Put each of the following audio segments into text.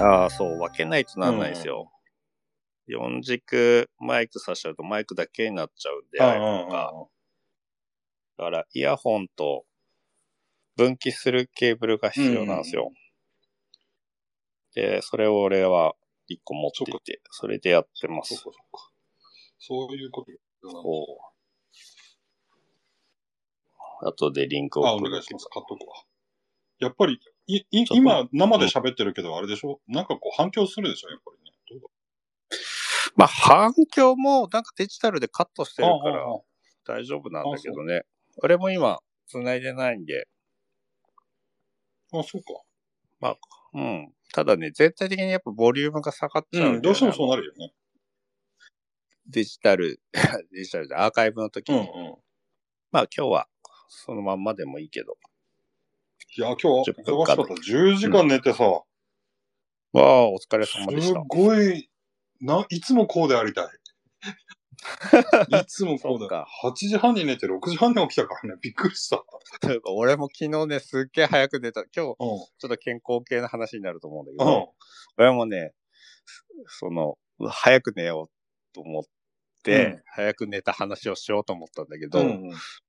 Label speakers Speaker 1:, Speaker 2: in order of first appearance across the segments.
Speaker 1: 分けないとならないですよ。四軸マイクさしちゃうとマイクだけになっちゃうんで、iPhone が。だから、イヤホンと分岐するケーブルが必要なんですよ。で、それを俺は一個持ってて、それでやってま
Speaker 2: そう
Speaker 1: す
Speaker 2: か、。そうか。そういうことだな
Speaker 1: おあとでリンクを
Speaker 2: あ、お
Speaker 1: 送る
Speaker 2: 願いします。買っとくわ。やっぱり、い、い、
Speaker 1: ちょっと
Speaker 2: 今、生で喋ってるけど、あれでしょなんかこう反響するでしょやっぱりね。どうだ
Speaker 1: まあ、反響もなんかデジタルでカットしてるか
Speaker 2: あ
Speaker 1: ら
Speaker 2: ああ
Speaker 1: 大丈夫なんだけどね。俺も今、繋いでないんで、
Speaker 2: あ、あそうか。
Speaker 1: うん。ただね、全体的にやっぱボリュームが下がっちゃうんだよ
Speaker 2: う
Speaker 1: ね、
Speaker 2: ん、どうしてもそうなるよね。
Speaker 1: デジタル、 デジタルでアーカイブの時
Speaker 2: うん
Speaker 1: に、
Speaker 2: うん。
Speaker 1: まあ今日はそのまんまでもいいけど。
Speaker 2: いや、今日は
Speaker 1: 10分
Speaker 2: 忙しか
Speaker 1: 間
Speaker 2: った。10時間寝てさ、
Speaker 1: わあ、お疲れ
Speaker 2: す
Speaker 1: 様でした。
Speaker 2: ごい、な、いつもこうであ りたい。いつもこう
Speaker 1: そう
Speaker 2: だ
Speaker 1: か。
Speaker 2: 8時半に寝て6時半に起きたからね。びっくりした。
Speaker 1: というか俺も昨日ね、すっげえ早く出た。今日、ちょ
Speaker 2: うん。
Speaker 1: っと健康系の話になると思うんだけ
Speaker 2: う
Speaker 1: ど、
Speaker 2: ん。
Speaker 1: 俺もね、その、早く寝ようと思って、
Speaker 2: うん
Speaker 1: 早く寝た話をしようと思ったんだけど、
Speaker 2: うんうん、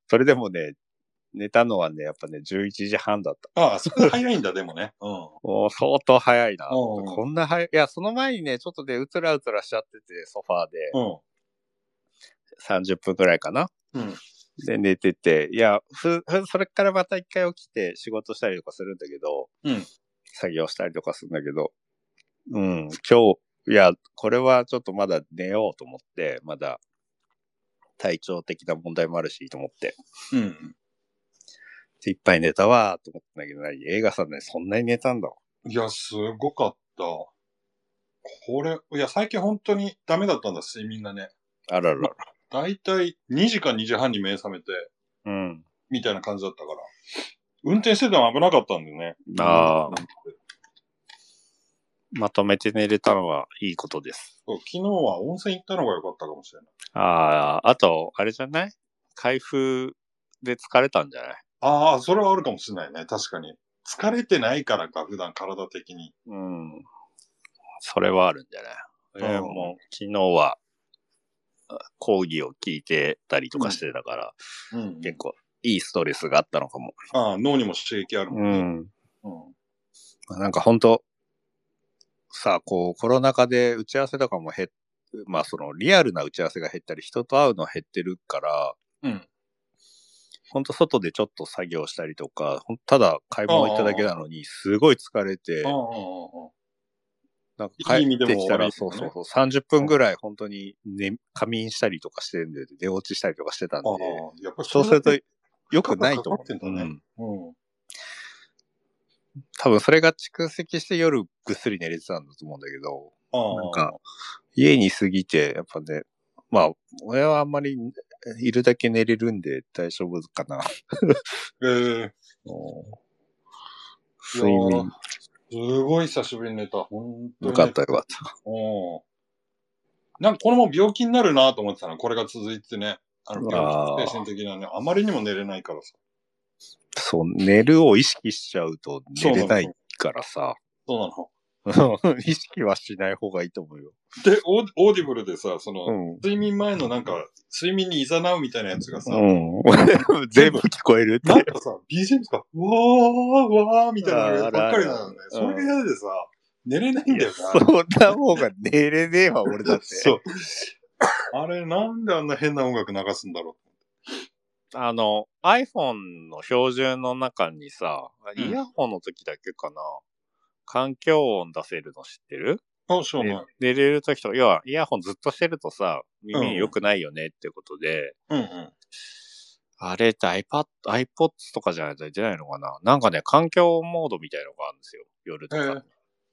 Speaker 1: それでもね、寝たのはね、やっぱね、11時半だった。
Speaker 2: ああ、それ早いんだ、でもね。うん。
Speaker 1: お相当早いな。
Speaker 2: うん
Speaker 1: こんな早い。いや、その前にね、ちょっとね、うつらうつらしちゃってて、ソファーで、
Speaker 2: うん。
Speaker 1: 30分くらいかな。
Speaker 2: うん。
Speaker 1: で、寝てて、いや、ふ、ふ、それからまた一回起きて仕事したりとかするんだけど、
Speaker 2: うん
Speaker 1: 作業したりとかするんだけど、うん、今日、いや、これはちょっとまだ寝ようと思って、まだ体調的な問題もあるし、と思って、
Speaker 2: うん。
Speaker 1: でいっぱい寝たわ、と思ってんだけど、何映画さんね、そんなに寝たんだ。
Speaker 2: いや、すごかった。これ、いや、最近本当にダメだったんだ、睡眠がね。
Speaker 1: あららら。
Speaker 2: だいたい2時か2時半に目覚めて、
Speaker 1: うん。
Speaker 2: みたいな感じだったから。運転してても危なかったんだよね。
Speaker 1: あ
Speaker 2: うん
Speaker 1: ーまとめて寝れたのはいいことです。
Speaker 2: そう昨日は温泉行ったのが良かったかもしれない。
Speaker 1: ああ、あと、あれじゃない開封で疲れたんじゃない
Speaker 2: ああ、それはあるかもしれないね。確かに。疲れてないからか、普段体的に。
Speaker 1: うん。それはあるんじゃない、えー
Speaker 2: うん
Speaker 1: もう昨日はあ講義を聞いてたりとかしてたから、
Speaker 2: うん
Speaker 1: 結構いいストレスがあったのかも。
Speaker 2: ああ、脳にも刺激あるもんね。
Speaker 1: ん。
Speaker 2: うん。
Speaker 1: なんか本当さあ、こう、コロナ禍で打ち合わせとかも減っまあそのリアルな打ち合わせが減ったり、人と会うの減ってるから、
Speaker 2: うん。
Speaker 1: 本当外でちょっと作業したりとか、ほんただ買い物行っただけなのに、すごい疲れて、
Speaker 2: ああ、ああああ。
Speaker 1: なんか帰
Speaker 2: いい意味
Speaker 1: っ
Speaker 2: で
Speaker 1: て
Speaker 2: も
Speaker 1: きた
Speaker 2: 悪い
Speaker 1: ら、
Speaker 2: 意味で
Speaker 1: そ
Speaker 2: も
Speaker 1: う
Speaker 2: ね
Speaker 1: そうそう、30分ぐらい本当に、ね、仮眠したりとかしてるんで、出落ちしたりとかしてたんで
Speaker 2: あ、あ、やっぱり
Speaker 1: そうすると
Speaker 2: れだけ
Speaker 1: 良くないと思
Speaker 2: かかっ
Speaker 1: う。
Speaker 2: て
Speaker 1: うん
Speaker 2: だね
Speaker 1: ん
Speaker 2: うん。
Speaker 1: 多分それが蓄積して夜ぐっすり寝れてたんだと思うんだけど、
Speaker 2: ああ。
Speaker 1: なんか、家に過ぎて、やっぱね、まあ、親はあんまりいるだけ寝れるんで大丈夫かな。
Speaker 2: ええ
Speaker 1: 睡
Speaker 2: いや
Speaker 1: 眠
Speaker 2: ーすごい久しぶりに寝た。本当に。
Speaker 1: よかったよかっ
Speaker 2: うん。なんかこのまま病気になるなと思ってたの。これが続いてね。あの、
Speaker 1: あー
Speaker 2: 病気精神的なね。あまりにも寝れないからさ。
Speaker 1: た。そう、寝るを意識しちゃうと寝れないからさ、
Speaker 2: そうなの。
Speaker 1: 意識はしない方がいいと思うよ。
Speaker 2: で、オーオーディブルでさ、その、
Speaker 1: うん。
Speaker 2: 睡眠前のなんか、睡眠に誘うみたいなやつがさ、
Speaker 1: うん。 全部聞こえるって
Speaker 2: なんかさ、BGM とか、うわー、うわーみたいなのばっかりなのね。
Speaker 1: あ
Speaker 2: そ
Speaker 1: らあら
Speaker 2: れが嫌でさ、寝れないんだよ
Speaker 1: そんな方が寝れねえわ、俺だっ
Speaker 2: な。
Speaker 1: て。
Speaker 2: そう。あれ、なんであんな変な音楽流すんだろ
Speaker 1: あの、iPhone の標準の中にさ、
Speaker 2: うん
Speaker 1: イヤホンの時だけかな、環境音出せるの知ってる、
Speaker 2: う。あ、しょうがない。
Speaker 1: 寝れる時とか、要はイヤホンずっとしてるとさ、耳に良くないよねってことで、
Speaker 2: うんうん。
Speaker 1: あれって iPad、iPods とかじゃないといけないのかななんかね、環境音モードみたいのがあるんですよ、夜とか。
Speaker 2: へえ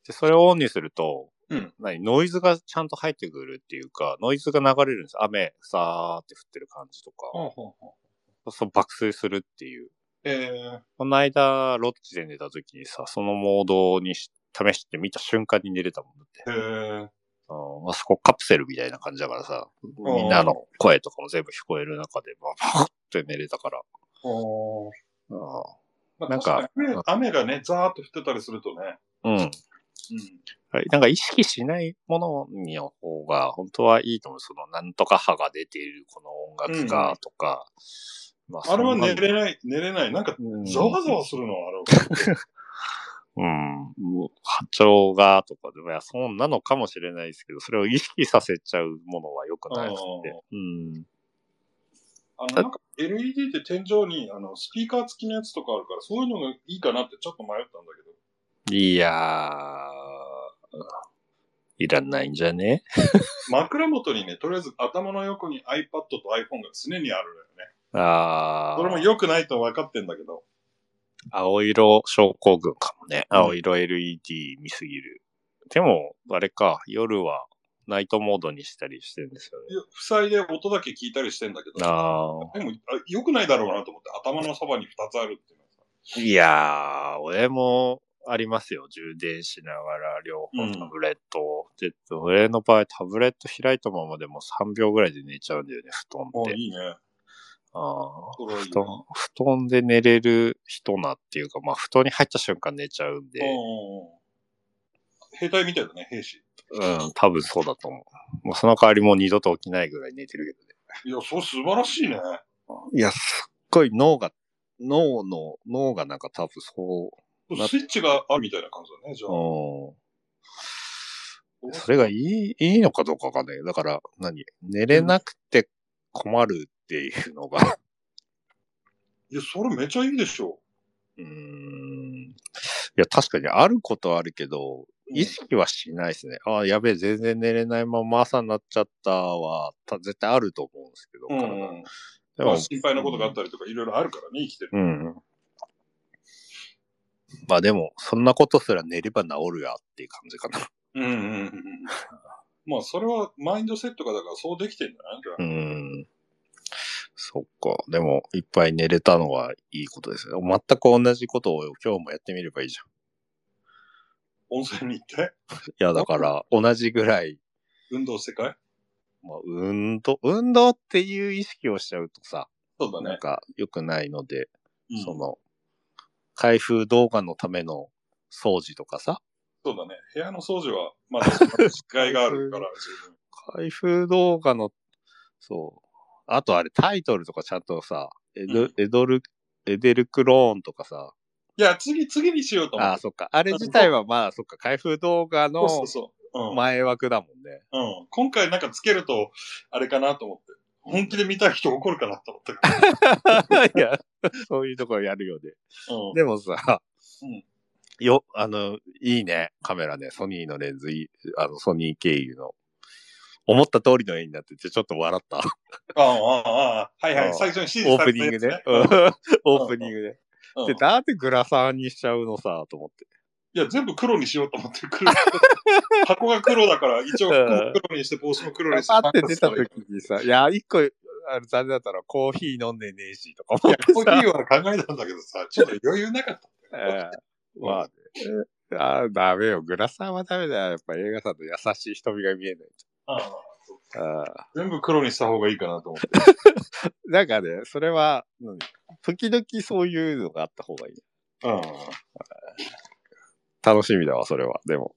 Speaker 1: で、それをオンにすると、
Speaker 2: うん
Speaker 1: 何ノイズがちゃんと入ってくるっていうか、ノイズが流れるんです。雨、さーって降ってる感じとか。
Speaker 2: ほうほうほう
Speaker 1: そう爆睡するっていう。
Speaker 2: え
Speaker 1: この間、ロッチで寝た時にさ、そのモードにし試してみた瞬間に寝れたもんだって
Speaker 2: ー、。へえ
Speaker 1: うんあそこカプセルみたいな感じだからさ、
Speaker 2: ー
Speaker 1: みんなの声とかも全部聞こえる中で、ババッって寝れたから。
Speaker 2: おー
Speaker 1: う
Speaker 2: まあ
Speaker 1: なんか
Speaker 2: 確に雨雨がね、ザーッと降ってたりするとね、
Speaker 1: ん。うん。はい。なんか意識しないものにの方が本当はいいと思う。そのなんとか派が出ているこの音楽がとか。ま
Speaker 2: あれは寝れ
Speaker 1: い。
Speaker 2: ない、寝れない。なんか、
Speaker 1: うん
Speaker 2: ざわざわするの、あれは。
Speaker 1: うん。波長がとかでも、いや、そんなのかもしれないですけど、それを意識させちゃうものは良くないですって。うん。
Speaker 2: あの、なんか LED って天井に、あの、スピーカー付きのやつとかあるから、そういうのがいいかなってちょっと迷ったんだけど。
Speaker 1: いやー、いらないんじゃね
Speaker 2: 枕元にね、とりあえず頭の横に iPad と iPhone が常にあるのよね。
Speaker 1: あ
Speaker 2: それも
Speaker 1: ー、
Speaker 2: 良くないと分かってんだけど。
Speaker 1: 青色症候群かもね。
Speaker 2: うん
Speaker 1: 青色 LED 見すぎる。でも、あれか、夜はナイトモードにしたりしてるんですよね。
Speaker 2: いや塞いで音だけ聞いたりしてんだけど。
Speaker 1: あー。
Speaker 2: でも、あ良くないだろうなと思って、頭のそばに2つあるっていうのはさ。
Speaker 1: いやー、俺もありますよ。充電しながら両
Speaker 2: うん
Speaker 1: 方タブレットを。で、俺の場合タブレット開いたままでも3秒ぐらいで寝ちゃうんだよね、布団っ
Speaker 2: お
Speaker 1: て。
Speaker 2: いいね。
Speaker 1: あー
Speaker 2: それはいい
Speaker 1: 布団布団で寝れる人なっていうか、まあ布団に入った瞬間寝ちゃうんで、
Speaker 2: うんうんうん兵隊みたいだね、兵士。
Speaker 1: うん、多分そうだと思う。もうその代わりもう二度と起きないぐらい寝てるけどね。
Speaker 2: いや、そう素晴らしいね。
Speaker 1: いや、すっごい脳が、脳の、脳がなんか多分そうな
Speaker 2: スイッチがあるみたいな感じだね、じゃあ。
Speaker 1: うん。それがいい、いいのかどうかわかんないけど、だから、何寝れなくて困るっていうのが、
Speaker 2: いや、それめちゃいいでしょ。
Speaker 1: うーん。いや、確かにあることはあるけど、意識はしないですね。ああ、やべえ、全然寝れないまま朝になっちゃったは、た絶対あると思うんですけど、
Speaker 2: うん
Speaker 1: 体
Speaker 2: うんうん。
Speaker 1: で
Speaker 2: ま
Speaker 1: も
Speaker 2: あ、心配なことがあったりとか、いろいろあるからね、生きてる。
Speaker 1: うん。まあでも、そんなことすら寝れば治るやっていう感じかな。
Speaker 2: うんうんうんうん。 まあ、それはマインドセットが、だからそうできてんじゃないじゃあ
Speaker 1: うん。そっか。でも、いっぱい寝れたのはいいことですね。全く同じことを今日もやってみればいいじゃん。
Speaker 2: 温泉に行って、
Speaker 1: いや、だから、同じぐらい、
Speaker 2: 運動してかい
Speaker 1: まあ、運動、運動っていう意識をしちゃうとさ、
Speaker 2: そうだ
Speaker 1: なん
Speaker 2: ね。
Speaker 1: か良くないので、
Speaker 2: うん
Speaker 1: その、開封動画のための掃除とかさ、
Speaker 2: そうだね。部屋の掃除は、まだ、機会があるから、 十分
Speaker 1: 開封動画の、そう。あとあれ、タイトルとかちゃんとさ、エド,、
Speaker 2: うん
Speaker 1: エドル、エデルクローンとかさ、
Speaker 2: いや、次、次にしようと思
Speaker 1: ああ、
Speaker 2: って。
Speaker 1: そっか。あれ自体はまあ、そっか、開封動画
Speaker 2: そ
Speaker 1: の
Speaker 2: うそうそう。うん。
Speaker 1: 前枠だもんね。
Speaker 2: うん。今回なんかつけると、あれかなと思って。本気で見たい人怒るかなと思ったけ
Speaker 1: いや、 そういうところやるよね。
Speaker 2: ど。
Speaker 1: でもさ、
Speaker 2: うん
Speaker 1: よ、あの、いいね、カメラね、ソニーのレンズ、いいあの、ソニー経由の。思った通りの絵になってて、ちょっと笑 った。
Speaker 2: うん。ああ、ああ、ああ。はいは
Speaker 1: うん
Speaker 2: い。最初に指
Speaker 1: オー
Speaker 2: 示さ
Speaker 1: プ
Speaker 2: れた
Speaker 1: ニング
Speaker 2: やつ
Speaker 1: で
Speaker 2: ね。。
Speaker 1: うんオープニングで。
Speaker 2: うん
Speaker 1: で、なんでグラサンにしちゃうのさ、と思って。
Speaker 2: いや、全部黒にしようと思って 黒。箱が黒だから、一応服も黒にして、帽子も黒にして。
Speaker 1: パって出た時にさ、いや、一個、あの残念だったらコーヒー飲んでねえし、とか
Speaker 2: い
Speaker 1: 思っ
Speaker 2: や、
Speaker 1: て
Speaker 2: こ
Speaker 1: さ
Speaker 2: ういうのは考えたんだけどさ、ちょっと余裕なかった。
Speaker 1: ええまあね。あーダメよ。グラサンはダメだよ。やっぱ映画さんの優しい瞳が見えない
Speaker 2: ああ
Speaker 1: と。あ
Speaker 2: 全部黒にした方がいいかなと思って。
Speaker 1: ーなんかね、それは、うん時々そういうのがあった方がいい。
Speaker 2: うん。
Speaker 1: 楽しみだわ、それは。でも。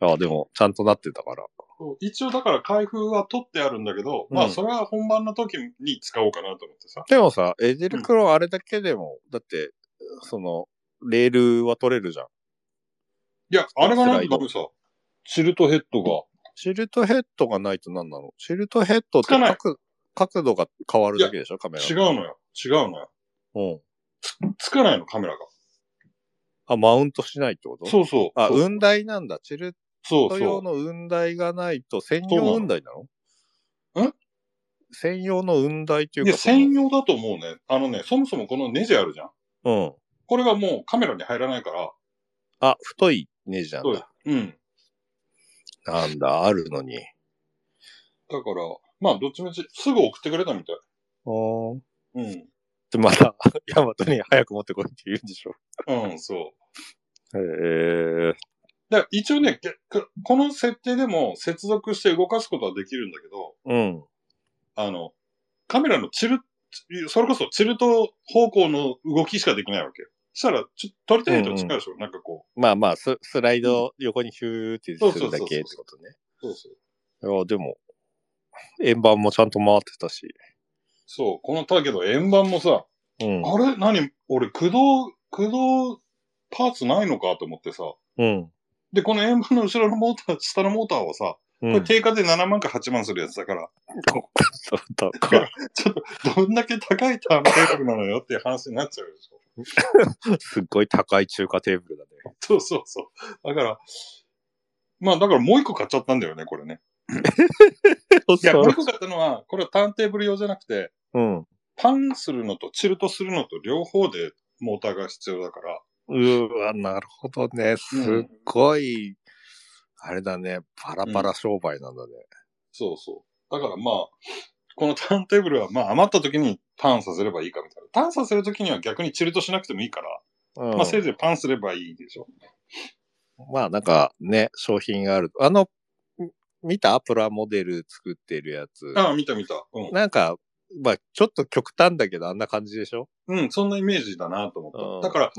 Speaker 1: あーでも、ちゃんとなってたから。
Speaker 2: そう一応だから開封は取ってあるんだけど、ま
Speaker 1: う
Speaker 2: あ
Speaker 1: ん
Speaker 2: それは本番の時に使おうかなと思ってさ。
Speaker 1: でもさ、エジルクローあれだけでも、だって、その、レールは取れるじゃん。
Speaker 2: いや、あれがないとダメさ。シルトヘッドが。
Speaker 1: シルトヘッドがないと何なのシルトヘッドって
Speaker 2: つかない
Speaker 1: 角角度が変わるだけでしょカメラの。
Speaker 2: 違うのよ。違うのよ。
Speaker 1: うん。
Speaker 2: つかないの、カメラが。
Speaker 1: あ、マウントしないってこと
Speaker 2: そうそう。
Speaker 1: あ、
Speaker 2: そう
Speaker 1: 雲台なんだ。チルッ
Speaker 2: そう
Speaker 1: ト
Speaker 2: そ
Speaker 1: 用
Speaker 2: う。
Speaker 1: の雲台がないと、専用雲台なの
Speaker 2: そうなのん
Speaker 1: 専用の雲台っていう
Speaker 2: い
Speaker 1: か。
Speaker 2: や、専用だと思うね。あのね、そもそもこのネジあるじゃん。
Speaker 1: その。うん。
Speaker 2: これがもうカメラに入らないから。
Speaker 1: あ、太いネジなん
Speaker 2: そう
Speaker 1: だ。
Speaker 2: うん。
Speaker 1: なんだ、あるのに。
Speaker 2: だから、まあ、どっちみち、すぐ送ってくれたみたい。
Speaker 1: うん。
Speaker 2: うん。
Speaker 1: で、ま た、ヤマトに早く持ってこいって言うんでしょ。
Speaker 2: うん、そう。
Speaker 1: へえ。
Speaker 2: だから一応ね、けくこの設定でも接続して動かすことはできるんだけど、
Speaker 1: うん。
Speaker 2: あの、カメラのチル、それこそチルト方向の動きしかできないわけよ。したら、ちょ撮りたいと近いでしょ、なんかこ
Speaker 1: まあまあス、スライドを横にヒューってするだけってことね。
Speaker 2: う。そうそう。
Speaker 1: いや、でも、円盤もちゃんと回ってたし。
Speaker 2: そう、この、だけど円盤もさ、
Speaker 1: うん。
Speaker 2: あれ何俺、駆動、駆動パーツないのかと思ってさ。
Speaker 1: うん。
Speaker 2: で、この円盤の後ろのモーター、下のモーターは
Speaker 1: う
Speaker 2: さ、これ
Speaker 1: ん、
Speaker 2: 定価で7万か8万するやつだから、
Speaker 1: そうだから
Speaker 2: ちょっと、どんだけ高いターンテーブルなのよっていう話になっちゃうでしょ。
Speaker 1: すっごい高い中華テーブルだね。
Speaker 2: そうそうそう。だから、まあだからもう一個買っちゃったんだよね、これね。いや、もう一個買ったのは、これはターンテーブル用じゃなくて、
Speaker 1: うん。う
Speaker 2: パンするのとチルトするのと両方でモーターが必要だから、
Speaker 1: ーわ、なるほどね。すっごい、あれだね。パラパラ商売なんだね。
Speaker 2: そうそう。だからまあ、このターンテーブルはまあ余った時にターンさせればいいかみたいな。ターンさせる時には逆にチルトしなくてもいいから、
Speaker 1: うん。
Speaker 2: まあせいぜいパンすればいいでしょ。
Speaker 1: まあなんかね、商品がある。あの、ん見たプラモデル作ってるやつ。
Speaker 2: ああ、見た見た。うん。
Speaker 1: なんか、まあちょっと極端だけどあんな感じでしょ
Speaker 2: うん、そんなイメージだなと
Speaker 1: う
Speaker 2: 思
Speaker 1: ん
Speaker 2: った。だから、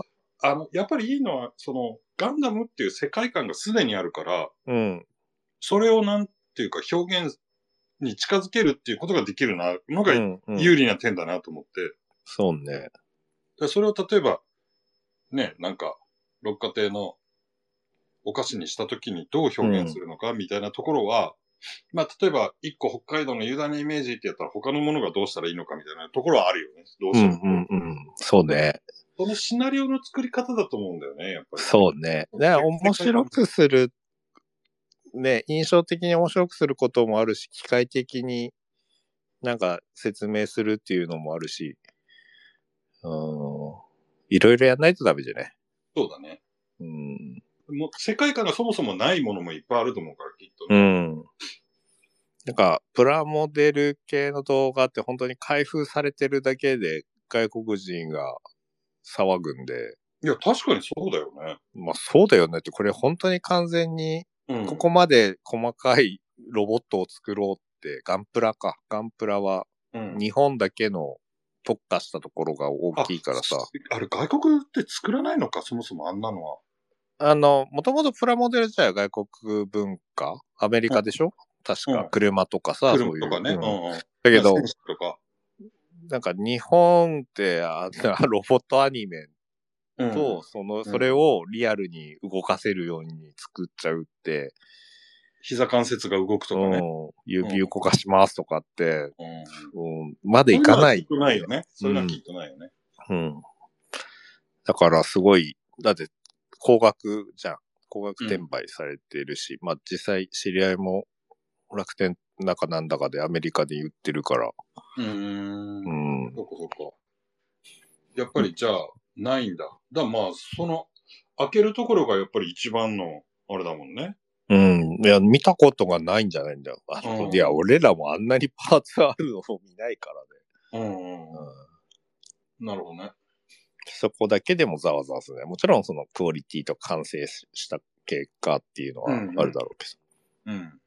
Speaker 2: あの、やっぱりいいのは、その、ガンダムっていう世界観がすでにあるから、
Speaker 1: うん。
Speaker 2: それをなんていうか表現に近づけるっていうことができるな、の
Speaker 1: う
Speaker 2: が
Speaker 1: ん、うん
Speaker 2: 有利な点だなと思って、
Speaker 1: そうね。
Speaker 2: でそれを例えば、ね、なんか、六花亭のお菓子にした時にどう表現するのかみたいなところは、まあ、例えば、一個北海道のユダのイメージってやったら他のものがどうしたらいいのかみたいなところはあるよね。どう
Speaker 1: う
Speaker 2: し
Speaker 1: ん
Speaker 2: よ
Speaker 1: う
Speaker 2: う。
Speaker 1: んうん。そうね。
Speaker 2: そのシナリオの作り方だと思うんだよね、やっぱり。
Speaker 1: そうね。ね、面白くする、ね、印象的に面白くすることもあるし、機械的になんか説明するっていうのもあるし、うん。いろいろやんないとダメじゃね。
Speaker 2: そうだね。
Speaker 1: うん。
Speaker 2: もう世界観がそもそもないものもいっぱいあると思うから、きっと
Speaker 1: う
Speaker 2: ね。
Speaker 1: ん。なんか、プラモデル系の動画って本当に開封されてるだけで外国人が騒ぐんで、
Speaker 2: いや、確かにそうだよね。
Speaker 1: まあそうだよねって、これ本当に完全に
Speaker 2: うん
Speaker 1: ここまで細かいロボットを作ろうって、ガンプラか。ガンプラは
Speaker 2: うん
Speaker 1: 日本だけの特化したところが大きいからさ。
Speaker 2: ああれ、外国って作らないのか、そもそもあんなのは。
Speaker 1: あの、もともとプラモデル自体は外国文化アメリカでしょ、確
Speaker 2: う
Speaker 1: か
Speaker 2: ん。
Speaker 1: 車とかさ、そうい
Speaker 2: 車
Speaker 1: う。
Speaker 2: とかね。
Speaker 1: う
Speaker 2: うんん
Speaker 1: だ
Speaker 2: うん。だ
Speaker 1: けど、
Speaker 2: とか。
Speaker 1: なんか日本ってあんなロボットアニメ
Speaker 2: うん
Speaker 1: と、その、
Speaker 2: ん
Speaker 1: それをリアルに動かせるように作っちゃうって、
Speaker 2: 膝関節が動くとかね。
Speaker 1: うん指動かしますとかって、
Speaker 2: うん。
Speaker 1: うん、までいかない。
Speaker 2: そううのは聞いてないよね。そういうのは聞いてないよね。
Speaker 1: うん。だからすごい、だって高額じゃん。高額転売されてるし、まあ実際知り合いも楽天なんかなんだかでアメリカで売ってるから。
Speaker 2: うーん
Speaker 1: う。ん。
Speaker 2: そっかそっか。やっぱりじゃあ、ないんだ。だまあ、その、開けるところがやっぱり一番の、あれだもんね。
Speaker 1: うん。いや、見たことがないんじゃないんだよ。あの、
Speaker 2: うん
Speaker 1: いや、俺らもあんなにパーツあるのを見ないからね。
Speaker 2: うんうん
Speaker 1: う
Speaker 2: うん
Speaker 1: ん。
Speaker 2: なるほどね。
Speaker 1: そこだけでもざわざわするね。もちろんそのクオリティと完成しした結果っていうのはあるだろうけど。
Speaker 2: うん。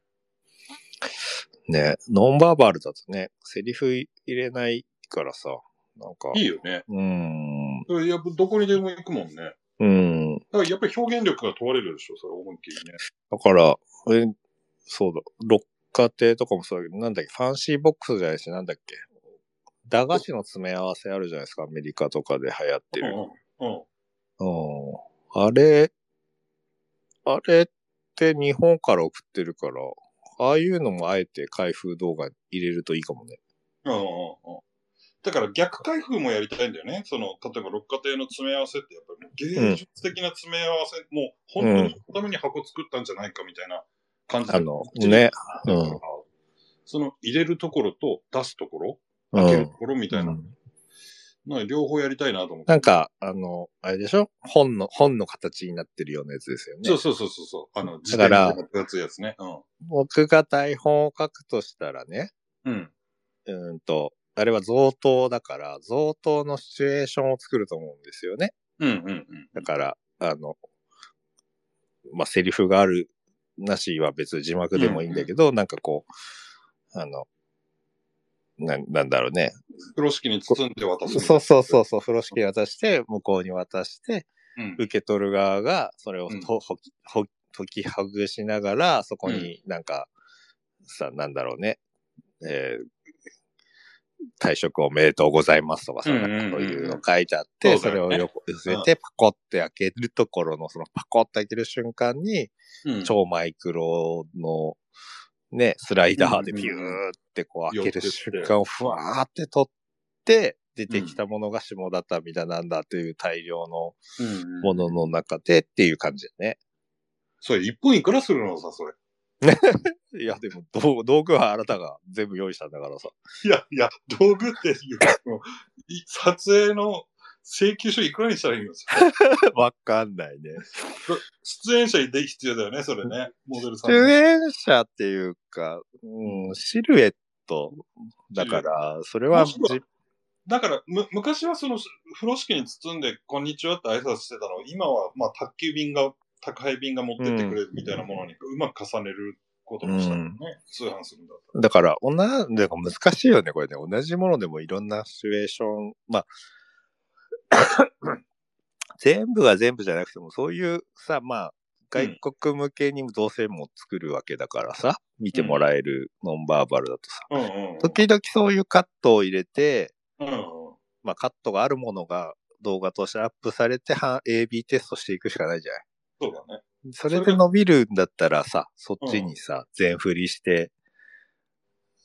Speaker 1: ね、ノンバーバルだとね、セリフ入れないからさ、なんか、
Speaker 2: いいよね。
Speaker 1: うーん、
Speaker 2: それやっぱどこにでも行くもんね。だ
Speaker 1: うーん、
Speaker 2: からやっぱり表現力が問われるでしょ、それ思いっきりね。
Speaker 1: だから、え、そうだ、六花亭とかもそうだけど、なんだっけ、ファンシーボックスじゃないし、なんだっけ、駄菓子の詰め合わせあるじゃないですか、アメリカとかで流行ってる。
Speaker 2: うんうん。
Speaker 1: うん、あれ、あれって日本から送ってるから、ああいうのもあえて開封動画に入れるといいかもね。
Speaker 2: うんうんうんうん。だから逆開封もやりたいんだよね。その、例えば六花亭の詰め合わせってやっぱりもう芸術的な詰め合わせ、もう本当にこのために箱作ったんじゃないかみたいな感じで
Speaker 1: あの、ね、うん、
Speaker 2: その入れるところと出すところ、
Speaker 1: う
Speaker 2: 開ける
Speaker 1: ん
Speaker 2: と。ころみたいな、の両方やりたいなと思って。
Speaker 1: なんか、あの、あれでしょ本の、本の形になってるようなやつですよね。
Speaker 2: そうそうそうそうそう。あの、自
Speaker 1: だ
Speaker 2: 転
Speaker 1: から
Speaker 2: 車のやつやつね。う
Speaker 1: 僕が台本を書くとしたらね、
Speaker 2: ん。うん。
Speaker 1: うーんと、あれは贈答だから、贈答のシチュエーションを作ると思うんですよね。
Speaker 2: うんうんうん。
Speaker 1: だから、あの、まあ、セリフがある、なしは別に字幕でもいいんだけど、なんかこう、あの、ななんだろうね。
Speaker 2: 風呂敷に包んで渡す。
Speaker 1: そうそうそうそう、風呂敷に渡して、向こうに渡して、
Speaker 2: うん。
Speaker 1: 受け取る側が、それを
Speaker 2: うん
Speaker 1: と、ほきほ解きほぐしながら、そこになんか、さ、なんだろうね、えー退職おめでとうございますとかさ、
Speaker 2: う
Speaker 1: そ
Speaker 2: んうんうんうん
Speaker 1: ういうの書いてあって、
Speaker 2: そ
Speaker 1: そう
Speaker 2: だ
Speaker 1: れ
Speaker 2: よ
Speaker 1: を
Speaker 2: ね
Speaker 1: 横寄せて、パコって開けるところの、そのパコって開ける瞬間に、
Speaker 2: うん、
Speaker 1: 超マイクロの、ね、スライダーでビューってこう開ける
Speaker 2: 寄ってって
Speaker 1: 瞬間をふわーって取って、出てきたものが下畳だなんだという大量の
Speaker 2: うん
Speaker 1: ものの中でっていう感じだね。
Speaker 2: それ、一本いくらするのさ、それ。
Speaker 1: いや、でも道、道具はあなたが全部用意したんだからさ。
Speaker 2: いや、いや、道具っていうか、そのい撮影の請求書いくらにしたらいいのそれ
Speaker 1: わかんないね。
Speaker 2: 出演者で必要だよね、それね。モデルさん
Speaker 1: 出
Speaker 2: の。
Speaker 1: 演者っていうか、うん、シルエットだから、それは
Speaker 2: もしくは
Speaker 1: じ、
Speaker 2: だから、む、昔はその、風呂敷に包んで、こんにちはって挨拶してたのを、今は、まあ、宅急便が、宅配便が持ってってくれるみたいなものに、うまく重ねることにしたのね。通販するんだった
Speaker 1: だから、おな、だから難しいよね、これね。同じものでもいろんなシチュエーション、まあ、 全部が全部じゃなくても、そういうさ、まあ、外国向けにも同性も作るわけだからさ、見てもらえるノンバーバルだとさ、
Speaker 2: ら。うんうん。
Speaker 1: 時々そういうカットを入れて、
Speaker 2: うん
Speaker 1: まあ、カットがあるものが動画としてアップされて、は AB テストしていくしかないじゃない。
Speaker 2: そうだね。
Speaker 1: そ
Speaker 2: れ
Speaker 1: れ
Speaker 2: が
Speaker 1: で伸びるんだったらさ、そっちにさ、全振りして、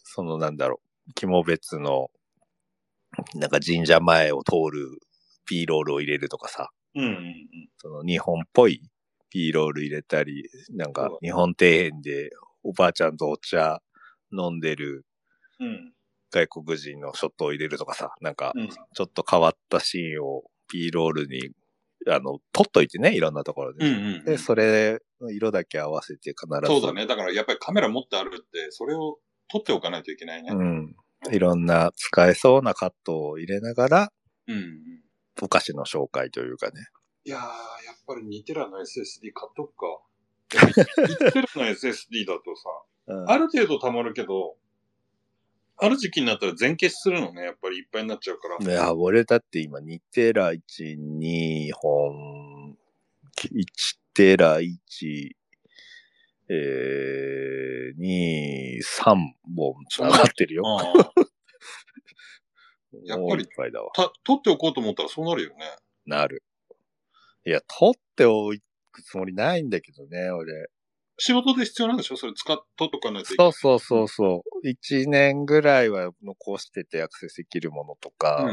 Speaker 1: そのなんだろう、肝別の、なんか神社前を通る P ロールを入れるとかさ、
Speaker 2: うんうんうん。
Speaker 1: その日本っぽい P ロール入れたり、なん
Speaker 2: そう
Speaker 1: か
Speaker 2: だね
Speaker 1: 日本庭園でおばあちゃんとお茶飲んでる
Speaker 2: うん。
Speaker 1: 外国人のショットを入れるとかさ、なんか
Speaker 2: うん。
Speaker 1: ちょっと変わったシーンを P ロールに、あの、撮っといてね、いろんなところで。
Speaker 2: うんうんうん。
Speaker 1: で、それの色だけ合わせて必ず。
Speaker 2: そうだね。だからやっぱりカメラ持ってあるって、それを撮っておかないといけないね。
Speaker 1: うん。いろんな使えそうなカットを入れながら、
Speaker 2: うんうん。
Speaker 1: お菓子の紹介というかね。
Speaker 2: いやー、やっぱり2テラの SSD 買っとくか。1テラ の SSD だと
Speaker 1: うん
Speaker 2: さ、ある程度溜まるけど、ある時期になったら全消しするのね。やっぱりいっぱいになっちゃうから。
Speaker 1: いや、俺だって今2テラ1、2本、1テラ1、えー、2、3本
Speaker 2: そん
Speaker 1: 上
Speaker 2: な
Speaker 1: がってるよ。
Speaker 2: あーやっぱり
Speaker 1: もういっぱいだわ。
Speaker 2: た撮っておこうと思ったらそうなるよね。
Speaker 1: なる。いや、取っておくつもりないんだけどね、俺。
Speaker 2: 仕事で必要なんでしょそれ使っ、撮っとかないといけ
Speaker 1: そ
Speaker 2: な
Speaker 1: う
Speaker 2: い。
Speaker 1: そうそうそう。一年ぐらいは残しててアクセスできるものと
Speaker 2: うん
Speaker 1: か、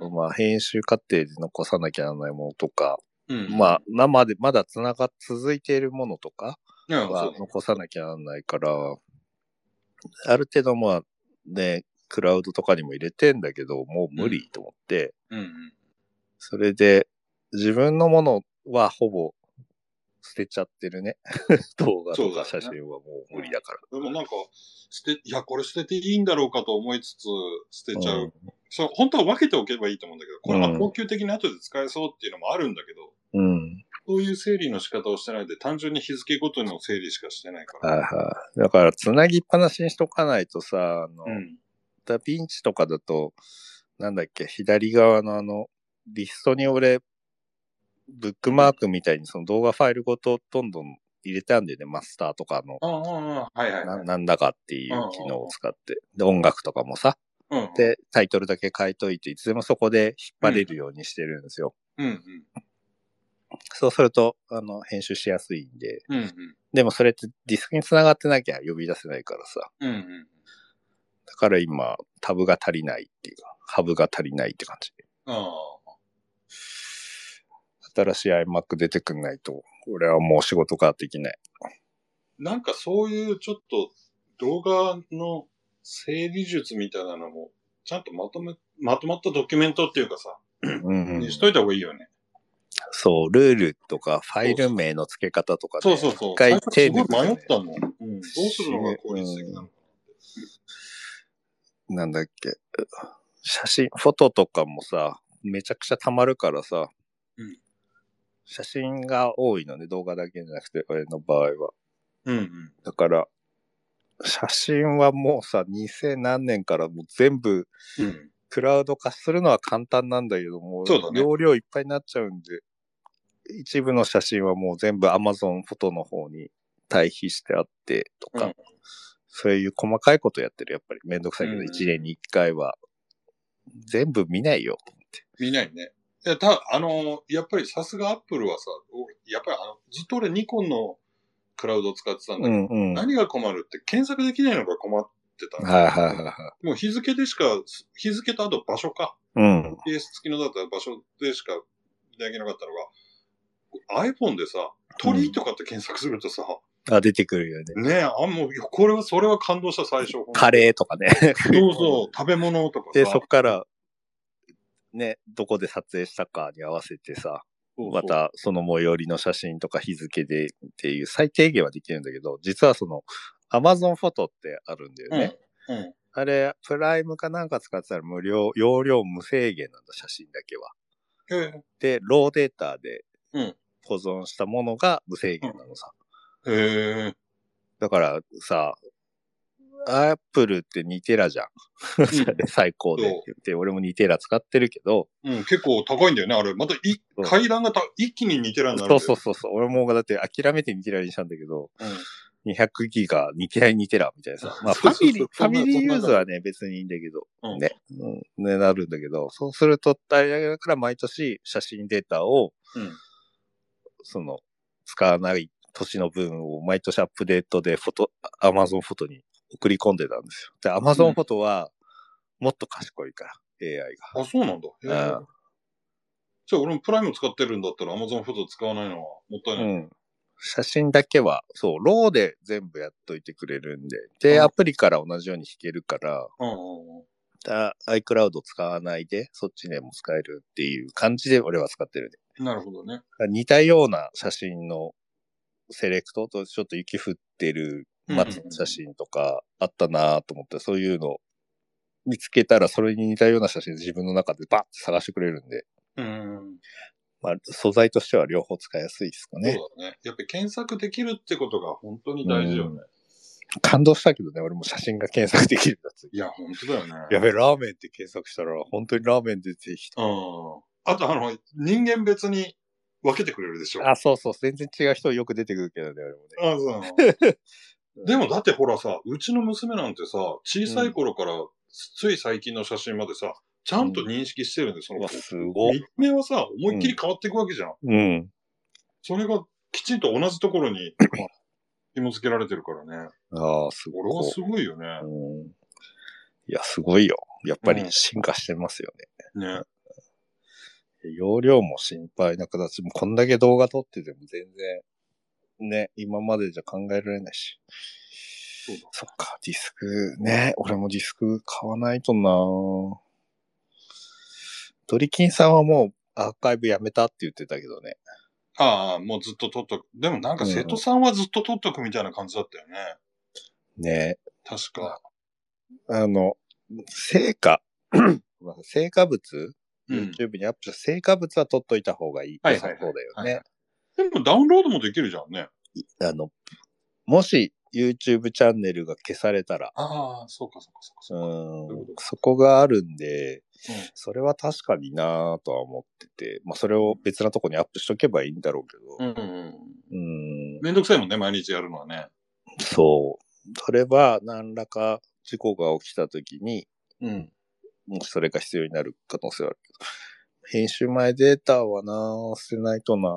Speaker 2: うん
Speaker 1: まあ編集過程で残さなきゃならないものとか、
Speaker 2: うん。
Speaker 1: まあ生でまだ繋がっ続いているものとか
Speaker 2: うん、そう
Speaker 1: は
Speaker 2: だね
Speaker 1: 残さなきゃならないから、ある程度まあね、クラウドとかにも入れてんだけど、もう無理と思って、
Speaker 2: うんうん。
Speaker 1: それで自分のものはほぼ捨てちゃってるね。 動画とか
Speaker 2: そ
Speaker 1: 写
Speaker 2: うだね
Speaker 1: 真はもう無理だから。
Speaker 2: でもなんか、捨て、いや、これ捨てていいんだろうかと思いつつ、捨てちゃう。
Speaker 1: うん
Speaker 2: そう、本当は分けておけばいいと思うんだけど、これ
Speaker 1: う
Speaker 2: は
Speaker 1: ん
Speaker 2: 高級的に後で使えそうっていうのもあるんだけど、
Speaker 1: うん。
Speaker 2: そういう整理の仕方をしてないで、単純に日付ごとの整理しかしてないか
Speaker 1: は
Speaker 2: ら。
Speaker 1: いはい。だから、つなぎっぱなしにしとかないとさ、あの、
Speaker 2: うん。
Speaker 1: ダヴィンチとかだと、なんだっけ、左側のあの、リストに俺、ブックマークみたいにその動画ファイルごとどんどん入れたんだよね、マスターとかの、
Speaker 2: ああ、ああはいはいは。
Speaker 1: ないなんだかっていう機能を使って。で、音楽とかもさ、
Speaker 2: うん。
Speaker 1: で、タイトルだけ書いといて、いつでもそこで引っ張れるようにしてるんですよ。
Speaker 2: うんうん。
Speaker 1: そうすると、あの、編集しやすいんで。
Speaker 2: うんうん。
Speaker 1: でもそれってディスクに繋がってなきゃ呼び出せないからさ。
Speaker 2: うんうん。
Speaker 1: だから今、タブが足りないっていうか、ハブが足りないって感じ。
Speaker 2: あ
Speaker 1: 新しい iMac 出てくんないと、俺はもう仕事ができない。
Speaker 2: あ。なんかそういうちょっと動画の整理術みたいなのも、ちゃんとまとめ、まとまったドキュメントっていうかさ、
Speaker 1: うん、うん
Speaker 2: にし。といた方がいいよね。
Speaker 1: そう、ルールとかファイル名の付け方とかね。
Speaker 2: そうそうそう。
Speaker 1: 一回
Speaker 2: 最
Speaker 1: 手
Speaker 2: 初す
Speaker 1: 抜く、
Speaker 2: ごい迷っ
Speaker 1: ね。
Speaker 2: たもん。うん。どうするのが効率的なのか。
Speaker 1: なんだっけ。写真、フォトとかもさ、めちゃくちゃ溜まるからさ、
Speaker 2: うん
Speaker 1: 写真が多いのね、動画だけじゃなくて、俺の場合は。
Speaker 2: うんうん。
Speaker 1: だから、写真はもうさ、2000何年からもう全部
Speaker 2: うん。
Speaker 1: クラウド化するのは簡単なんだけども、
Speaker 2: そうだね
Speaker 1: 容量いっぱいになっちゃうんで、一部の写真はもう全部 Amazon フォトの方に対比してあってとか、
Speaker 2: うん
Speaker 1: そういう細かいことやってる、やっぱりめんどくさいけ
Speaker 2: う
Speaker 1: ど、
Speaker 2: ん
Speaker 1: 一1年に1回は。全部見ないよ。
Speaker 2: 見ないね。いや、た、あの、やっぱりさすがアップルはさ、俺やっぱりあの、ずっと俺ニコンのクラウドを使ってたんだけど、
Speaker 1: んうんはい
Speaker 2: 何が困るって検索できないのが困ってた。
Speaker 1: はいはいは
Speaker 2: もう日付でしか、日付とあと場所か。
Speaker 1: い。うん。
Speaker 2: PS 付きのだったら場所でしかできなかったのが、iPhone でさ、鳥居とかって検索するとさ、
Speaker 1: あ、出てくるよね。
Speaker 2: ねえ、あ、もう、いやこれは、それは感動した最初。
Speaker 1: カレーとかね。
Speaker 2: そうそう、食べ物とかさ。
Speaker 1: で、そっから、ね、どこで撮影したかに合わせてさ、
Speaker 2: そうそ
Speaker 1: ま、
Speaker 2: う
Speaker 1: たその最寄りの写真とか日付でっていう最低限はできるんだけど、実はその Amazon フォトってあるんだよね。
Speaker 2: うん。うん。
Speaker 1: あれ、プライムかなんか使ってたら無料、容量無制限なんだ、写真だけは。
Speaker 2: へ
Speaker 1: で、ローデータで
Speaker 2: うん
Speaker 1: 保存したものが無制限なのさ。
Speaker 2: え。へえ。
Speaker 1: だからさ、アップルって2テラじゃん。 最高で
Speaker 2: そう。
Speaker 1: で、俺も2テラ使ってるけど、
Speaker 2: うん、結構高いんだよね、あれ。またい
Speaker 1: そう、
Speaker 2: 階段がた一気に似てらんなるんだ
Speaker 1: そう
Speaker 2: よ。
Speaker 1: そうそうそう。俺もだって諦めて2テラにしたんだけど、
Speaker 2: うん。
Speaker 1: 200ギガ、2テラ、2テラみたいなさ。まあ、フ
Speaker 2: そう
Speaker 1: ァ
Speaker 2: そうそ
Speaker 1: ミ
Speaker 2: う
Speaker 1: リー、フ
Speaker 2: そ
Speaker 1: ァ
Speaker 2: んな
Speaker 1: ミリーユーズはね、別にいいんだけど、
Speaker 2: うん
Speaker 1: ね、うん、ね、なるんだけど、そうすると、あれだから毎年写真データを、
Speaker 2: うん
Speaker 1: その、使わない年の分を毎年アップデートでフォト、アマゾンフォトに送り込んでたんですよ。で、アマゾンフォトは、もっと賢いから、AI が。
Speaker 2: あ、そうなんだ。へえ
Speaker 1: ああ
Speaker 2: じゃあ、俺もプライム使ってるんだったら Amazon フォト使わないのはもったいうない。
Speaker 1: ん。写真だけは、そう、ローで全部やっといてくれるんで、
Speaker 2: う
Speaker 1: で、
Speaker 2: ん
Speaker 1: アプリから同じように弾けるから、
Speaker 2: うんうんうん。
Speaker 1: だ iCloud 使わないで、そっちでも使えるっていう感じで俺は使ってるね。
Speaker 2: なるほどね。
Speaker 1: だから似たような写真のセレクトと、ちょっと雪降ってる松の写真とかあったなと思って、そういうの見つけたら、それに似たような写真自分の中でバッて探してくれるんで、
Speaker 2: うん。
Speaker 1: まあ、素材としては両方使いやすいですか
Speaker 2: そう
Speaker 1: ね。
Speaker 2: だね。やっぱり検索できるってことが本当に大事よね。
Speaker 1: 感動したけどね、俺も写真が検索できるやつ。
Speaker 2: いや、本当だよね。
Speaker 1: やべえ、ラーメンって検索したら、本当にラーメン出てきた。
Speaker 2: うん。あと、あの、人間別に分けてくれるでしょ。あ、
Speaker 1: あ、そうそう、全然違う人よく出てくるけどね、俺もね。
Speaker 2: そうなの。 でもだってほらさ、うちの娘なんてさ、小さい頃から、つい最近の写真までさ、ちゃんと認識してるんで、そうの
Speaker 1: わ、
Speaker 2: 子。
Speaker 1: すごい。
Speaker 2: 見た目はさ、思いっきり変わっていくわけじゃん。
Speaker 1: うん。
Speaker 2: それがきちんと同じところに、まあ紐付けられてるからね。
Speaker 1: ああ、すごい。
Speaker 2: 俺はすごいよね。
Speaker 1: うんいや、すごいよ。やっぱ
Speaker 2: う
Speaker 1: り
Speaker 2: ん
Speaker 1: 進化してますよ
Speaker 2: ね。
Speaker 1: ね。容量も心配な形も、こんだけ動画撮ってても全然、ね、今までじゃ考えられないし。
Speaker 2: うだ
Speaker 1: そっか、ディスク、ね、俺もディスク買わないとなドリキンさんはもうアーカイブやめたって言ってたけどね。
Speaker 2: ああ、もうずっと撮っとく。でもなんか瀬戸さんはずっと撮っとくみたいな感じだったよね。
Speaker 1: ね
Speaker 2: 確か。
Speaker 1: あの、成果、 ごめんなさい成果物、
Speaker 2: うん。
Speaker 1: YouTube にアップした成果物は取っといた方がいい。
Speaker 2: はいはいは
Speaker 1: 良
Speaker 2: い
Speaker 1: さそうだよ
Speaker 2: はい
Speaker 1: ね
Speaker 2: は。でもダウンロードもできるじゃんね。
Speaker 1: あの、もし YouTube チャンネルが消されたら、
Speaker 2: ああ、そうかそうかそうか
Speaker 1: う
Speaker 2: そうか。
Speaker 1: ー
Speaker 2: どういうんこと、か
Speaker 1: そこがあるんで、
Speaker 2: うん
Speaker 1: それは確かになぁとは思ってて、まあそれを別なとこにアップしとけばいいんだろうけど、
Speaker 2: うんうんうん。
Speaker 1: うーん、
Speaker 2: めんどくさいもんね、毎日やるのはね。
Speaker 1: そう。それは何らか事故が起きた時に、
Speaker 2: うん。
Speaker 1: もしそれが必要になる可能性はあるけど、編集前データはなぁ捨てないとなぁ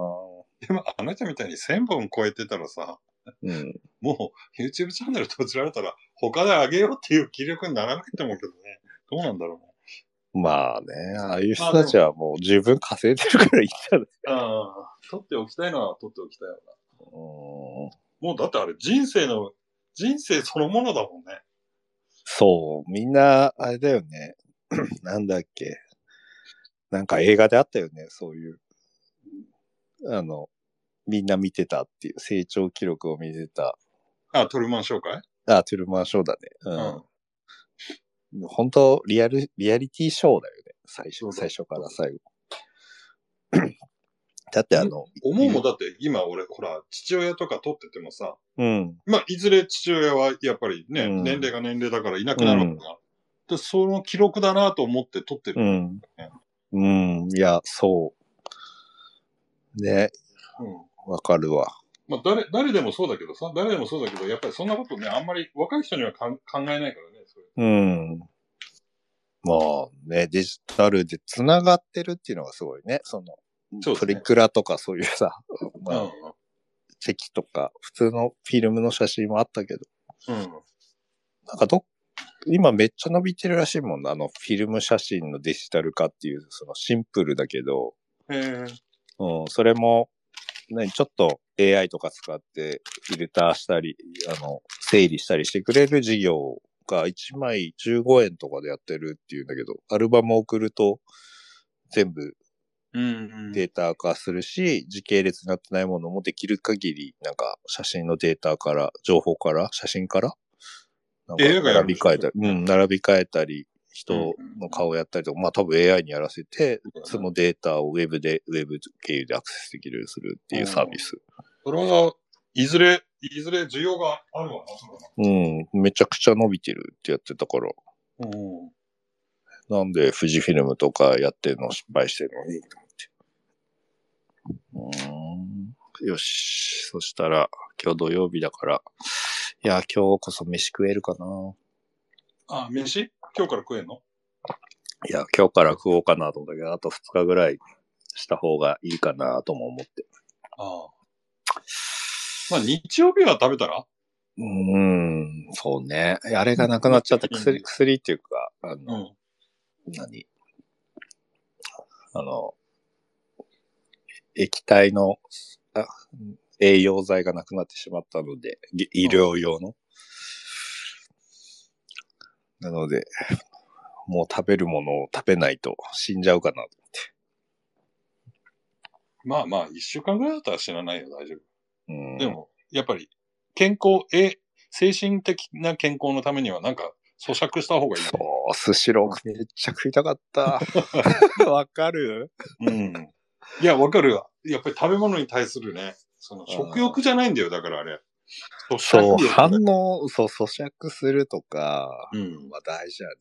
Speaker 2: でも、あなたみたいに1000本超えてたらさ、
Speaker 1: うん。
Speaker 2: もう YouTube チャンネル閉じられたら、他であげようっていう気力にならないと思うけどね。どうなんだろうね。
Speaker 1: まあね、ああいう人たちはもう十分稼いでるからいいんじゃない、
Speaker 2: ああ、撮っておきたいのは撮っておきたいよな。
Speaker 1: うーん
Speaker 2: もうだってあれ人生の、人生そのものだもんね。
Speaker 1: そう、みんな、あれだよね。 なんだっけ。なんか映画であったよね、そういう。あの、みんな見てたっていう、成長記録を見てた。
Speaker 2: あ、トルマン紹介
Speaker 1: あ、トゥルーマンショーだね。うん。本当リアル、リアリティショーだよね。最
Speaker 2: そう
Speaker 1: 初、
Speaker 2: だ
Speaker 1: 最初から最後。 だってあの、
Speaker 2: 思うもんだって今俺、ほら、父親とか取っててもさ、
Speaker 1: うん。
Speaker 2: まあ、いずれ父親はやっぱりね、
Speaker 1: うん
Speaker 2: 年齢が年齢だからいなくなるわけだから。で、その記録だなと思って取って
Speaker 1: う
Speaker 2: る。
Speaker 1: ん。うん。いや、そう。ね、
Speaker 2: うん
Speaker 1: わかるわ。
Speaker 2: まあ、誰、誰でもそうだけどさ、誰でもそうだけど、やっぱりそんなことね、あんまり若い人にはかん考えないからね、それ。
Speaker 1: うん。まあね、デジタルで繋がってるっていうのがすごいね。その、
Speaker 2: そうです
Speaker 1: プ
Speaker 2: ね
Speaker 1: リクラとかそういうさ、まあ、チェキとか、普通のフィルムの写真もあったけど、
Speaker 2: うん。うん。
Speaker 1: なんかど、今めっちゃ伸びてるらしいもんな、あのフィルム写真のデジタル化っていう、そのシンプルだけど、
Speaker 2: へえ。
Speaker 1: うん、それも、ね、ちょっと AI とか使ってフィルターしたり、あの、整理したりしてくれる事業が1枚15円とかでやってるっていうんだけど、アルバムを送ると全部
Speaker 2: うん
Speaker 1: データ化するし、時系列になってないものもできる限り、なんか写真のデータから、情報から、写真から、なんか
Speaker 2: AI がやる
Speaker 1: 並び替えたり、うん、並び替えたり、人の顔やったりとか、まあ多分 AI にやらせて、そのデータをウェブで、ウェブ経由でアクセスできるようにするっていうサービス。
Speaker 2: それは、いずれ、いずれ需要があるわな、そう
Speaker 1: うん、めちゃくちゃ伸びてるってやってたから、
Speaker 2: だな。うん。
Speaker 1: なんで富士フィルムとかやってるの失敗してるのに、と思って。うーん。よし。そしたら、今日土曜日だから、いや、今日こそ飯食えるかな。
Speaker 2: あ、飯今日から食えんの
Speaker 1: いや、今日から食おうかなと思ったけど、あと2日ぐらいした方がいいかなとも思って。
Speaker 2: ああ。まあ、日曜日は食べたら
Speaker 1: うーん、そうね。あれがなくなっちゃった
Speaker 2: う
Speaker 1: 薬、
Speaker 2: ん
Speaker 1: 薬っていうか、あの、
Speaker 2: うん。
Speaker 1: 何あの、液体のあ栄養剤がなくなってしまったので、ぎ医療用の。なので、もう食べるものを食べないと死んじゃうかなと。
Speaker 2: まあまあ、一週間ぐらいだったら死なないよ、大丈
Speaker 1: うん、
Speaker 2: 夫。でも、やっぱり、健康、え、精神的な健康のためには、なんか、咀嚼した方がいいよ。
Speaker 1: そう、スシローめっちゃ食いたかった。 わかる
Speaker 2: うんいや、わかるよ。やっぱり食べ物に対するね、その食欲じゃないんだよ、だからあれ。咀嚼
Speaker 1: そう、
Speaker 2: 力
Speaker 1: 反応、そう、咀嚼するとか、
Speaker 2: うん。
Speaker 1: は大事やで。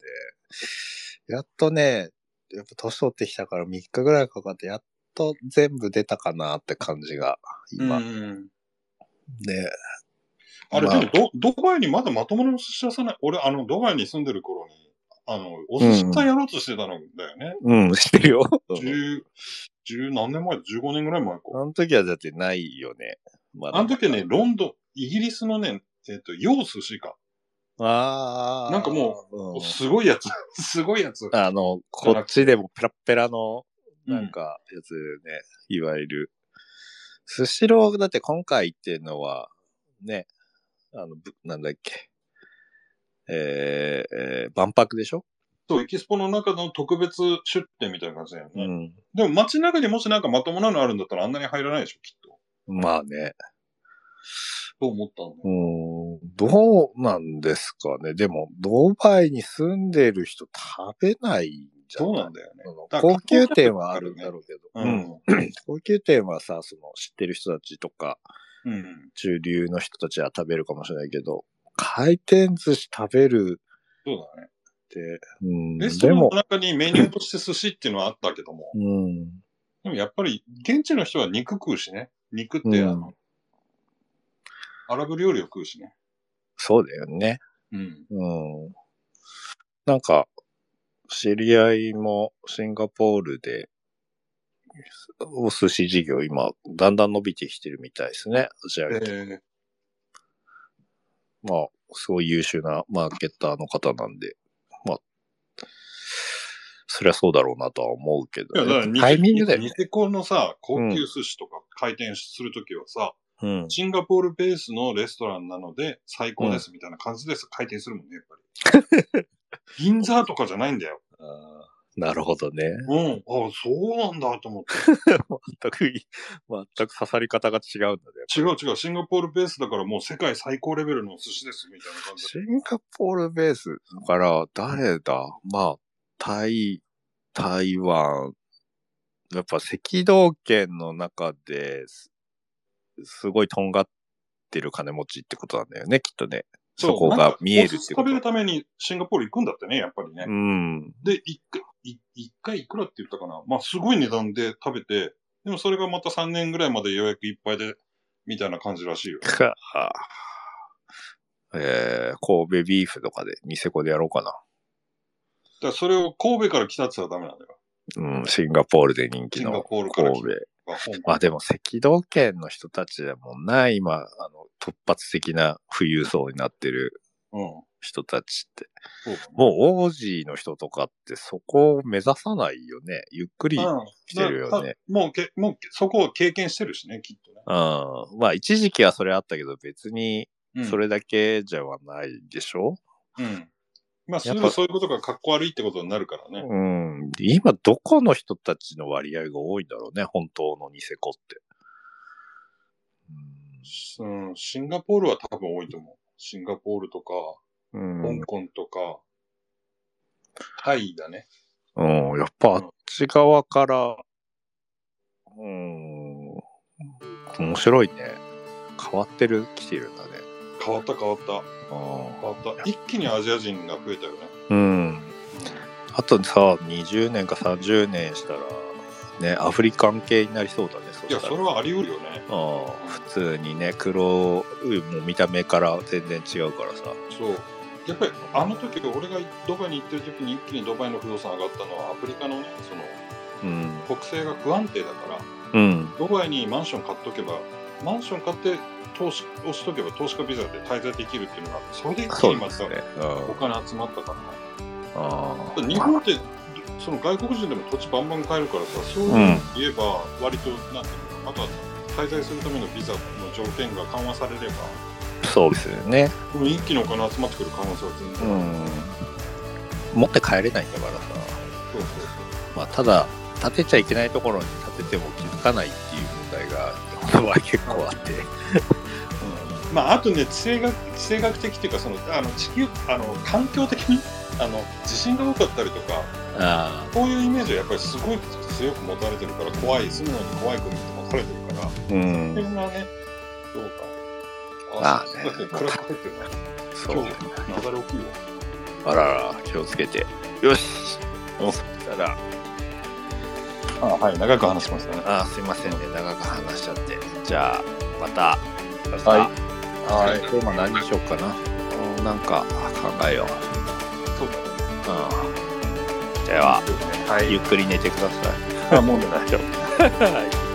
Speaker 1: やっとね、やっぱ年取ってきたから3日ぐらいかかって、やっと全部出たかなって感じが、今。
Speaker 2: う
Speaker 1: ね。
Speaker 2: ん。あれ、
Speaker 1: まあ
Speaker 2: でもド、ドバイにまだまともなお寿司屋さんない。俺、あの、ドバイに住んでる頃に、あの、お寿司屋さんやろうとしてたんだよね。
Speaker 1: うん、してるよ。
Speaker 2: 十、十何年前 ?15 年ぐらい前か。
Speaker 1: あの時はだってないよね。まだ
Speaker 2: あの時はね、。ロンドン、イギリスのね、えっ、と、洋寿司か。
Speaker 1: ああ。
Speaker 2: なんかも
Speaker 1: う、ん、
Speaker 2: すごいやつ。 すごいやつ。
Speaker 1: あの、こっちでもペラッペラの、なんか、やつね、いわゆる。スシロー、だって今回っていうのは、ね、あの、ぶなんだっけ。えー、えー万博でしょ
Speaker 2: そう、エキスポの中の特別出店みたいな感じだよね。
Speaker 1: うん。
Speaker 2: でも街中にもしなんかまともなのあるんだったらあんなに入らないでしょ、きっと。
Speaker 1: まあね。
Speaker 2: と思ったんだ
Speaker 1: う
Speaker 2: よ。
Speaker 1: ん。どうなんですかね。でも、ドバイに住んでる人食べないんじゃな
Speaker 2: そう
Speaker 1: い
Speaker 2: なんだよね。
Speaker 1: その
Speaker 2: だから
Speaker 1: 高級店はあるんだろうけど、
Speaker 2: う、ん。
Speaker 1: 高級店はさ、その知ってる人たちとか、
Speaker 2: うん。
Speaker 1: 中流の人たちは食べるかもしれないけど、回転寿司食べる
Speaker 2: そうだね。
Speaker 1: って、うん、
Speaker 2: レス
Speaker 1: で
Speaker 2: トランの
Speaker 1: も、
Speaker 2: 中にメニューとして寿司っていうのはあったけども
Speaker 1: う、ん、
Speaker 2: でもやっぱり現地の人は肉食うしね。肉って、
Speaker 1: うん
Speaker 2: あの、アラブ料理を食うしね。
Speaker 1: そうだよね。
Speaker 2: うん。
Speaker 1: うん。なんか、知り合いもシンガポールで、お寿司事業今、だんだん伸びてきてるみたいですね。アジア
Speaker 2: え
Speaker 1: で
Speaker 2: ー、
Speaker 1: まあ、すごい優秀なマーケッターの方なんで、まあ、そりゃそうだろうなとは思うけ
Speaker 2: いや、
Speaker 1: ど
Speaker 2: だから
Speaker 1: ね、
Speaker 2: ニセ
Speaker 1: タイミングだよね
Speaker 2: ニ。セコのさ、高級寿司とか回転するときはさ、
Speaker 1: うん。
Speaker 2: シンガポールベースのレストランなので最高ですみたいな感じです、回転するもんね、やっぱり。銀座とかじゃないんだよ。
Speaker 1: あーなるほどね。
Speaker 2: うん。あ、そうなんだと思って。
Speaker 1: 全くい、全く刺さり方が違うんだね。
Speaker 2: 違う違う、シンガポールベースだからもう世界最高レベルの寿司ですみたいな感じで。
Speaker 1: シンガポールベースだから、誰だまあ、タイ、台湾、やっぱ赤道圏の中です、すごいとんがってる金持ちってことなんだよね、きっとね。そこが見えるってこ
Speaker 2: 食べる
Speaker 1: と。
Speaker 2: ためにシンガポール行くんだってね、やっぱりね。
Speaker 1: うん。
Speaker 2: で、一回、い一回いくらって言ったかなまあ、すごい値段で食べて、でもそれがまた3年ぐらいまで予約いっぱいで、みたいな感じ らしいよ。
Speaker 1: かあえー、神戸ビーフとかで、ニセコでやろうかな。
Speaker 2: だからそれを神戸から来たって言ったらダメなんだよ。
Speaker 1: うん、シンガポールで人気
Speaker 2: シンガ
Speaker 1: の
Speaker 2: ポールから
Speaker 1: 神
Speaker 2: 来
Speaker 1: 戸。
Speaker 2: た香港
Speaker 1: まあでも赤道圏の人たちだもんな、今、あの、突発的な富裕層になってる
Speaker 2: うん。
Speaker 1: 人たちって。
Speaker 2: そうだね。
Speaker 1: もうオージーの人とかってそこを目指さないよね。ゆっくり
Speaker 2: うん
Speaker 1: 来てるよね
Speaker 2: だからもうけ、もうけ、そこを経験してるしね、きっとね。
Speaker 1: うんまあ一時期はそれあったけど別に
Speaker 2: うん、
Speaker 1: そ。れだけじゃはないでしょ、
Speaker 2: うん。まあ、す
Speaker 1: やっぱ
Speaker 2: ぐそういうことが格好悪いってことになるからね。
Speaker 1: うん、今どこの人たちの割合が多いんだろうね、本当のニセコって。
Speaker 2: うん、シンガポールは多分多いと思う。シンガポールとか、
Speaker 1: うん、
Speaker 2: 香港とか、タイだね。
Speaker 1: うんやっぱあっち側から、うん、面白いね。変わってる、来てるんだね。
Speaker 2: 変わった変わった。変わった。一気にアジア人が増えたよね。
Speaker 1: うん。あとさ、20年か30年したら、ね、アフリカン系になりそうだね、そ
Speaker 2: いや、
Speaker 1: した
Speaker 2: そ
Speaker 1: ら
Speaker 2: れはあり得るよね。
Speaker 1: ああ普通にね黒うんもう見た目から全然違うからさ
Speaker 2: そう。やっぱり、あの時、俺がドバイに行ってる時に一気にドバイの不動産上がったのは、アフリカのね、その、
Speaker 1: うん
Speaker 2: 国勢が不安定だか
Speaker 1: う
Speaker 2: ら、
Speaker 1: ん
Speaker 2: ドバイにマンション買っとけば、マンション買って投資をしとけば投資家ビザで滞在できるっていうのがあって、それで一気
Speaker 1: そ
Speaker 2: に
Speaker 1: う
Speaker 2: ま
Speaker 1: です
Speaker 2: た
Speaker 1: ね
Speaker 2: お金集まったからね。
Speaker 1: ああ
Speaker 2: 日本ってその外国人でも土地バンバン買えるからさそういうのを言えば割となんていうのあとは滞在するためのビザの条件が緩和されれば
Speaker 1: そうですよね
Speaker 2: この一気にお金集まってくる可能性は全
Speaker 1: う
Speaker 2: 然、
Speaker 1: ん持って帰れないんだからさ、
Speaker 2: そうそう
Speaker 1: まあ、ただ建てちゃいけないところに建てても気づかないっていう問題が日本は結構あって
Speaker 2: そう、まああとね地政学地政学的っていうかそのあの地球あの環境的にあの地震が多かったりとか
Speaker 1: ああ
Speaker 2: こういうイメージはやっぱりすごい強く持たれてるから怖い住むのに怖い国って持たれてるから
Speaker 1: う
Speaker 2: それ
Speaker 1: ん
Speaker 2: がねどうか
Speaker 1: まあ
Speaker 2: そ
Speaker 1: ね
Speaker 2: うだって暗く入ってるな
Speaker 1: そ
Speaker 2: 今
Speaker 1: う
Speaker 2: 日雪崩大きいよ
Speaker 1: あらら気をつけてよしそしたら
Speaker 2: あはい、長く話しましたね。
Speaker 1: あすいませんね長く話しちゃってじゃあまた明日
Speaker 2: ははい
Speaker 1: テーマ何にしようかな。うんなんか考えよう。
Speaker 2: そうだね。
Speaker 1: うん。では、
Speaker 2: は
Speaker 1: ゆ
Speaker 2: い。
Speaker 1: っくり寝てください。
Speaker 2: あ、もうね。
Speaker 1: はい。